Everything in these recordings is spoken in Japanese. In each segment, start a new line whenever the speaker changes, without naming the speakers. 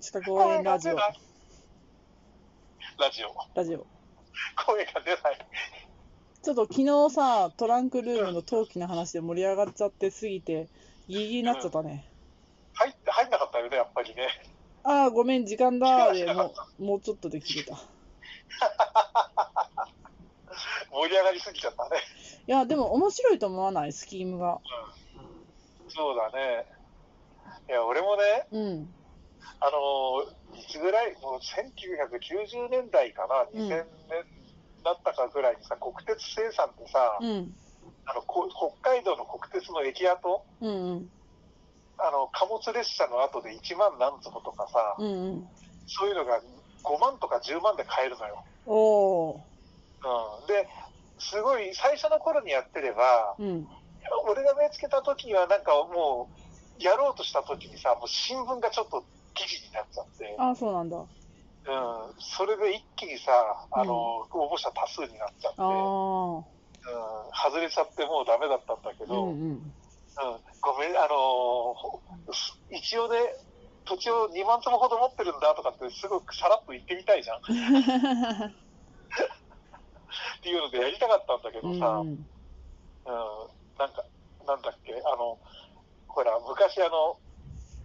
した公園ラジオ
声が出ないラジオ。
ラジオ
声が出ない。
ちょっと昨日さトランクルームの陶器の話で盛り上がっちゃってすぎてギリギリになっちゃったね、
入って、入んなかったよね、やっぱりね。
ああごめん時間だーでもうもうちょっとで切れたい
盛り上がりすぎちゃったね。
やでも面白いと思わないスキームが
そうだね。いや、俺もね、
うん
あのーいつぐらい、もう1990年代かな、
うん
2000年だったかぐらいにさ、国鉄生産ってさ、
うん
あのこ北海道の国鉄の駅跡、
うんうん
あの貨物列車の後で1万何坪とかさ、
うんうん
そういうのが5万とか10万で買えるのよ。
おお
うん、で、すごい最初の頃にやってれば、
ーうん
俺が目つけた時には、なんかもう、やろうとした時にさ、もう新聞がちょっと記事になっちゃって。
ああそうなんだあ
うん、それで一気にさ、あの、応募者多数になっちゃって、
あ
うん、
ー
外れちゃってもうダメだったんだけ
う
ど、うんん、
うん
ごめん、あのほ一応ね、土地を2万坪ほど持ってるんだとかって、すごくさらっと言ってみたい じゃんっていうのでやりたかったんだけ
う
どさ、うん、
ん
なんか、なんだっけ、あの、ほら、昔あの、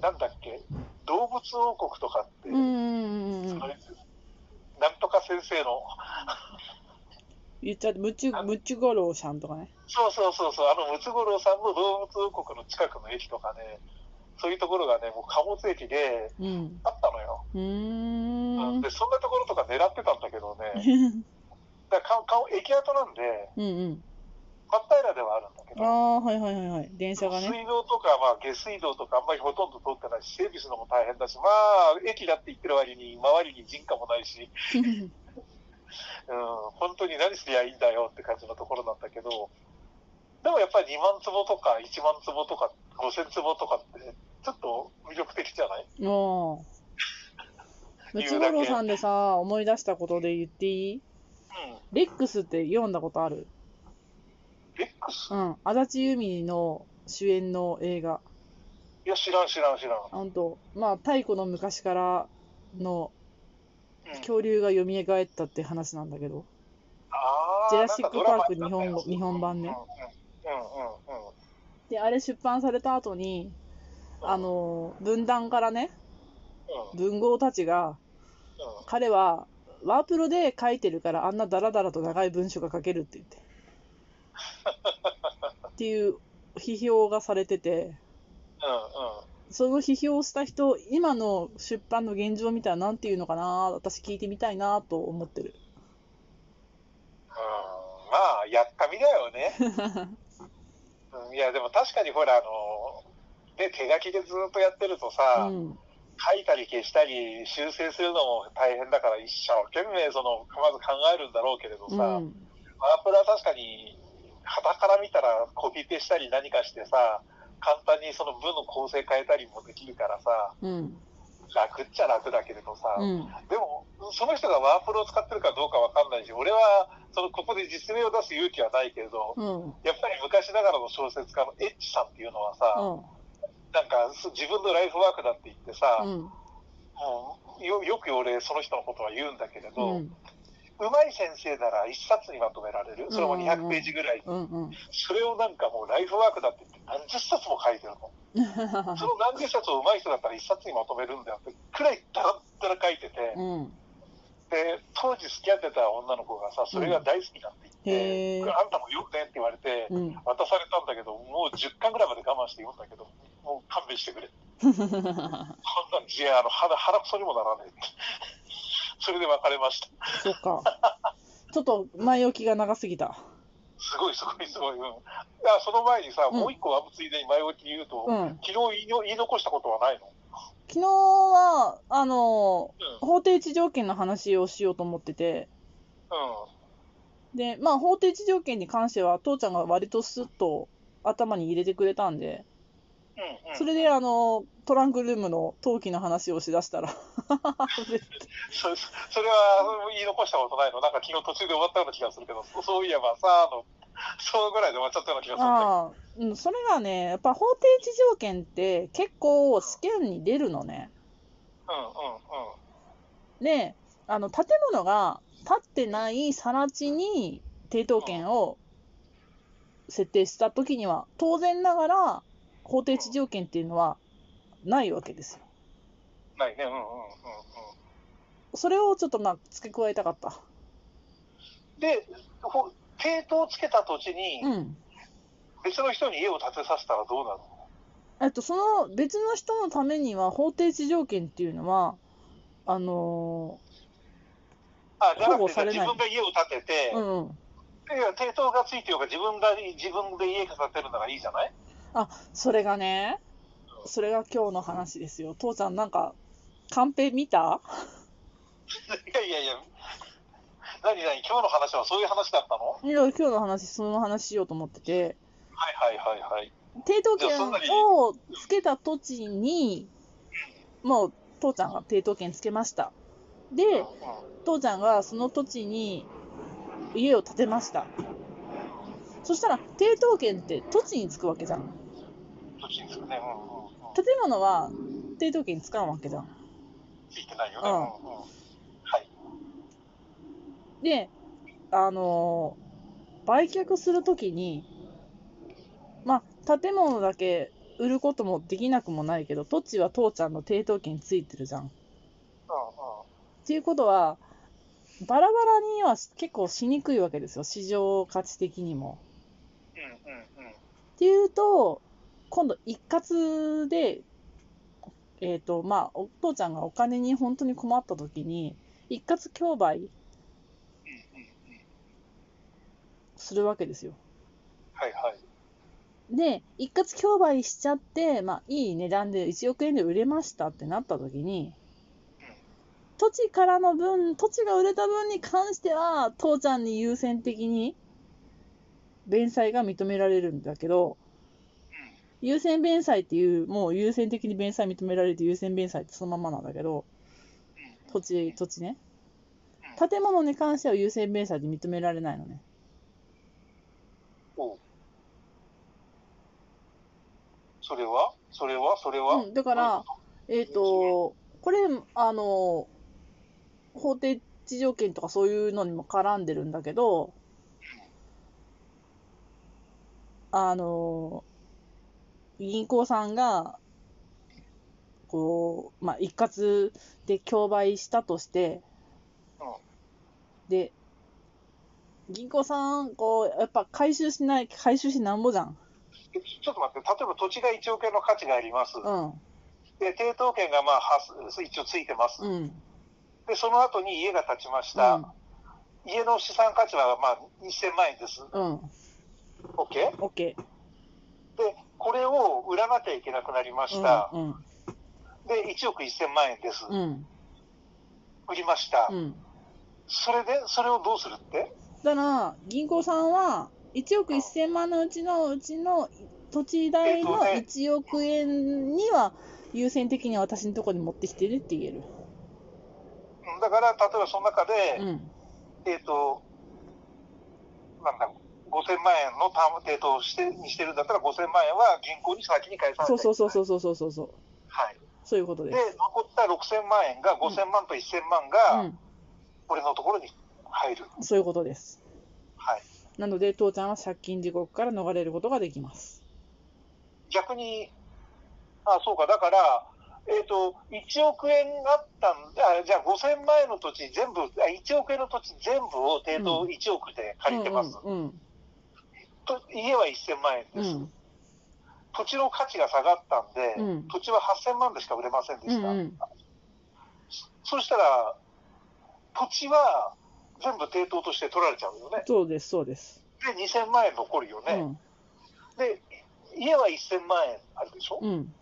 なんだっけ、動物王国とかって、
うんうんうん
あれなんとか先生の、
言っちゃってムチュムチュゴロウさんとかね
そうそうそうそう、あのムツゴロウさんの動物王国の近くの駅とかね、そういうところがね、もう貨物駅で
うん
あったのよ。
うーん
で、そんなところとか狙ってたんだけどね、
う
だからかか駅跡なんで、
ん うん。
真っ平らではあるんだけ
あ
ど、
あ、はいはいはいはい。電車がね。
水道とか、まあ、下水道とか、あんまりほとんど通ってないし、整備するのも大変だし、まあ、駅だって言ってる割に、周りに人家もないし、 うん、本当に何すりゃいいんだよって感じのところなんだけど、でもやっぱり2万坪とか1万坪とか5000坪とかって、ちょっと魅力的じゃない
もう。ムチゴロウさんでさ、思い出したことで言っていい
うん。
レックスって読んだことある
レックス
うん。足立由美の主演の映画。
いや、知らん知らん知らん。
ほんと、まあ、太古の昔からの
うん、
恐竜が蘇ったって話なんだけど。
あ
ジュラシックパーク
なんかドラマになった
日本
やつ
語日本版ね
うんうんうんうん。
で、あれ出版された後に、あの、分断からね、
うん
文豪たちが、
うん
彼はワープロで書いてるからあんなダラダラと長い文章が書けるって言 って。っていう批評がされてて、その批評をした人、今の出版の現状見たらなんていうのかな、私聞いてみたいなと思ってる。
うんまあ、やったみだよね。うんいや、でも確かにほら、あの、ね、手書きでずっとやってると
う
さ、
ん、
書いたり消したり修正するのも大変だから一生懸命そのまず考えるんだろうけれど
う
さ、ワー
ん、
プロは確かに傍から見たらコピペしたり何かしてさ簡単にその文の構成変えたりもできるからさ
うん、
楽っちゃ楽だけれどさ、
うん、
でもその人がワープロを使ってるかどうかわかんないし俺はそのここで実名を出す勇気はないけれど、
うん、
やっぱり昔ながらの小説家のエッチさんっていうのはさ、なんかす自分のライフワークだって言ってさ、
うん、
もうよよく俺、その人のことは言うんだけれ
う、
ど、うんまい先生なら一冊にまとめられる、それ
う
も
んうん
200ページぐらい、
うん、うん。
それをなんかもうライフワークだって言って、何十冊も書いてるの、その何十冊をうまい人だったら一冊にまとめるんだよってくらいだらだら書いてて、
うん、
で当時付き合ってた女の子がさ、それが大好きだっ
う
て言って、
んへー
あんたもよくねって言われて、
うん。
渡されたんだけど、もう10巻ぐらいまで我慢して読んだけど、もう勘弁してくれそんなんじゃあの腹腹くそにもならない それで別れました。
そっか。ちょっと前置きが長すぎた。
すごいすごいすごい。うん、だからその前にさ、
うん
もう一個はついでに前置きに言うと、
うん。
昨日言いの言い残したことはないの
昨日は、あの、
う
法定地条件の話をしようと思ってて、
ん。
で、まあ、法定地条件に関しては、父ちゃんが割とスッと頭に入れてくれたんで、
うん。うん、
それで、あの、トランクルームの陶器の話をしだした ら、
それそれは言い残したことないのなんか昨日途中で終わったような気がするけど、そそういえばさ、あの、そうぐらいで終わっちゃったような気がするんだ
ああ、うん、それがね、やっぱ法定地条件って結構試験に出るのね。
けど。
であの建物が建ってない更地に抵当権を設定した時には当然ながら法定地上権っていうのはないわけですよ。
ないね。うんうんうんうん。
それをちょっとまあ付け加えたかった。
で、ほ系統をつけた土地に
うん。
別の人に家を建てさせたらどうなるの
えっと、その別の人のためには法定地上権っていうのは、あの
あ、じゃなく
保護
て
されない
自分が家を建てて、
ーうんうん。
いや、抵当がついてようが自分が自分で家建てるならいいじゃない
それがね、それが今日の話ですよ。父ちゃんなんか、カンペ見た
いやいやいや、何何今日の話はそういう話だったの
いや今日の話、その話しようと思ってて、
はいはいはいはい。
抵当
いや
権
そんなに
をつけた土地に、もう父ちゃんが抵当権つけました。で、
うんうん
父ちゃんがその土地に家を建てました。そしたら、抵当権って土地につくわけじゃん。
どっちにするね。うんうんうん。
建物は抵当権つかんわけじゃん。
ついてないよね。
う
うんんうん。はい。
で、あのー売却するときに、まあ、建物だけ売ることもできなくもないけど、土地は父ちゃんの抵当権ついてるじゃん。っ
う
ていうことは、バラバラには結構しにくいわけですよ、市場価値的にも。
んうん。うんうんうん。
っていうと、今度一括で、えっ、と、まあ、お父ちゃんがお金に本当に困った時に、一括競売
うんうんうん。
するわけですよ。
はいはい。
で、一括競売しちゃって、まあ、いい値段で1億円で売れましたってなった時に、土地からの分、土地が売れた分に関しては、父ちゃんに優先的に、弁済が認められるんだけど、優先弁済っていう、もう優先的に弁済認められて優先弁済ってそのままなんだけど、土地、土地ね。建物に関しては優先弁済で認められないのね。
おうそれはそれはそれは、
うんだからえっ、と、これ、あの、法定地上権とかそういうのにも絡んでるんだけど、あの、銀行さんが、こう、まあ、一括で競売したとして、
うん
で、銀行さん、こう、やっぱ回収しない、回収しなんぼじゃん。
えちょっと待って、例えば土地が1億円の価値があります。
うん、
で、抵当権がまあ、はす一応ついてます、
うん、
で、その後に家が建ちまし
う
た。
ん、
家の資産価値はまあ、2000万円です。
うん、
OK? で、
オッケー。
これを売らなきゃいけなくなりました。
うん、
で、1億1000万円です。
うん、うん。
売りました、
うん、
それで、それをどうするって
だから銀行さんは1億1000万のうちのうちの土地代の1億円には優先的に私のところに持ってきてねって言える。
うんだから、例えばその中で、
うん、
えっ、と、なんだろう、5000万円の担保、えー、としてにしてるんだったら、5000万円は銀行に先に返さない。
そうそうそうそううそうそうそうそう
はい。
そういうこと
で
です。、
残った6000万円が、5000万と1000万
う
が、
ん、
俺のところに入る。
そういうことです。
はい。
なので父ちゃんは借金地獄から逃れることができます。
逆に、あ、そうか、だから、えっ、と、1億円あったんで、あじゃあ5000万円の土地全部、あ1億円の土地全部を抵当
う
1億で借りてます。
うん
と家は1000万円
うんう
です、
ん
土地の価値が下がったんで、
うん
土地は8000万でしか売れませんで
う
し
ん
た。
うん
そしたら、土地は全部抵当として取られちゃうよね。
そうですそうです。
で、2000万円残るよ
う
ね。
ん
で、家は1000万円あるでしょ、
うん。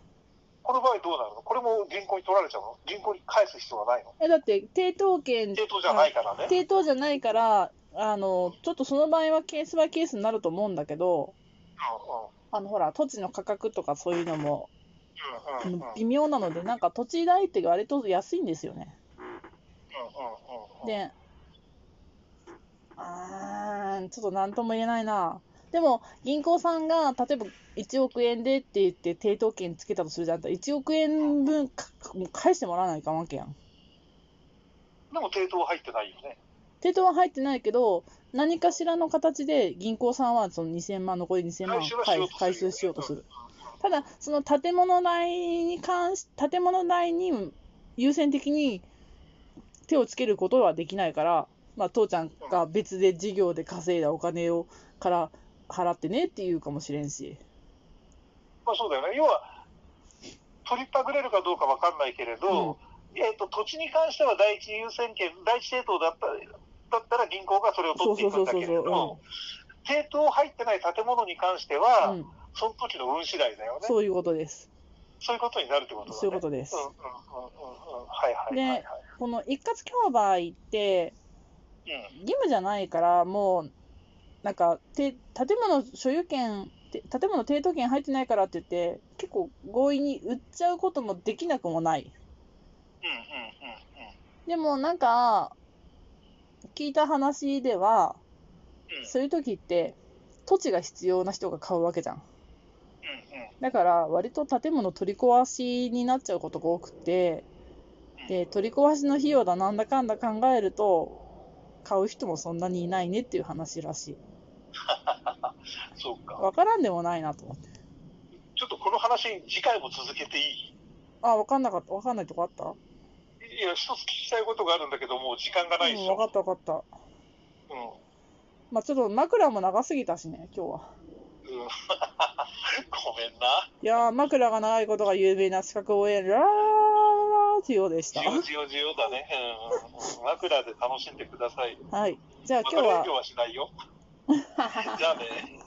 この場合どうなるのこれも銀行に取られちゃうの銀行に返す必要はないの
えだって抵当権
抵当じゃないからね。
抵当じゃないからあのちょっとその場合はケースバイケースになると思うんだけどあのほら土地の価格とかそういうのも
うんうんうんうんうんうんうんうん
微妙なのでなんか土地代って割と安いんですよね。
うん
であーちょっと何とも言えないなでも、銀行さんが、例えば1億円でって言って、抵当権つけたとするじゃん。1億円分かもう返してもらわないかんわけやん。
でも、抵当入ってないよね。
抵当は入ってないけど、何かしらの形で銀行さんはその2000万、残り2000万
回収はしようとする
回収し
よね
ようとする。
うん
ただ、その建物代に関し、建物代に優先的に手をつけることはできないから、まあ、父ちゃんが別で事業で稼いだお金をから払ってねって言うかもしれんし。
まあそうだよね。要は、取りっぱぐれるかどうかわかんないけれど、えっ、と、土地に関しては第一優先権、第一政党だった、だったら銀行がそれを取っていくんだけれ
そうそうそうそう
ど、政党入ってない建物に関して
う
は、
ん、
その時の運次第だよね。そう
そういうことです。
いうことになるってことだね。
そういうことです
うんうんうんうんうん。はいはいはい、はい。
この一括競売って
うん
義務じゃないから、もう、なんか、て建物所有権、て建物抵当権入ってないからって言って、結構強引に売っちゃうこともできなくもない。
うんうんうんうん。
でもなんか、聞いた話では、
うん
そういう時って、土地が必要な人が買うわけじゃん。
うんうん
だから、割と建物取り壊しになっちゃうことが多くて、で、取り壊しの費用だなんだかんだ考えると、買う人もそんなにいないねっていう話らしい。
そうか。
わからんでもないなと思って。
ちょっとこの話、次回も続けていい
あ、わかんなかった。わかんないとこあった
いや、一つ聞きたいことがあるんだけど、もう時間がないで
うん、
し
わ
ょ。
かったわかった。
うん
まあちょっと枕も長すぎたしね、今日は。
うん ごめんな。
いやー、枕が長いことが有名な四角応援ラージオでした。
需要、需要、需要だね。うん、枕で楽しんでください。
はい。じゃあ
また
今日
勉
は
強。はしないよ。じゃあね。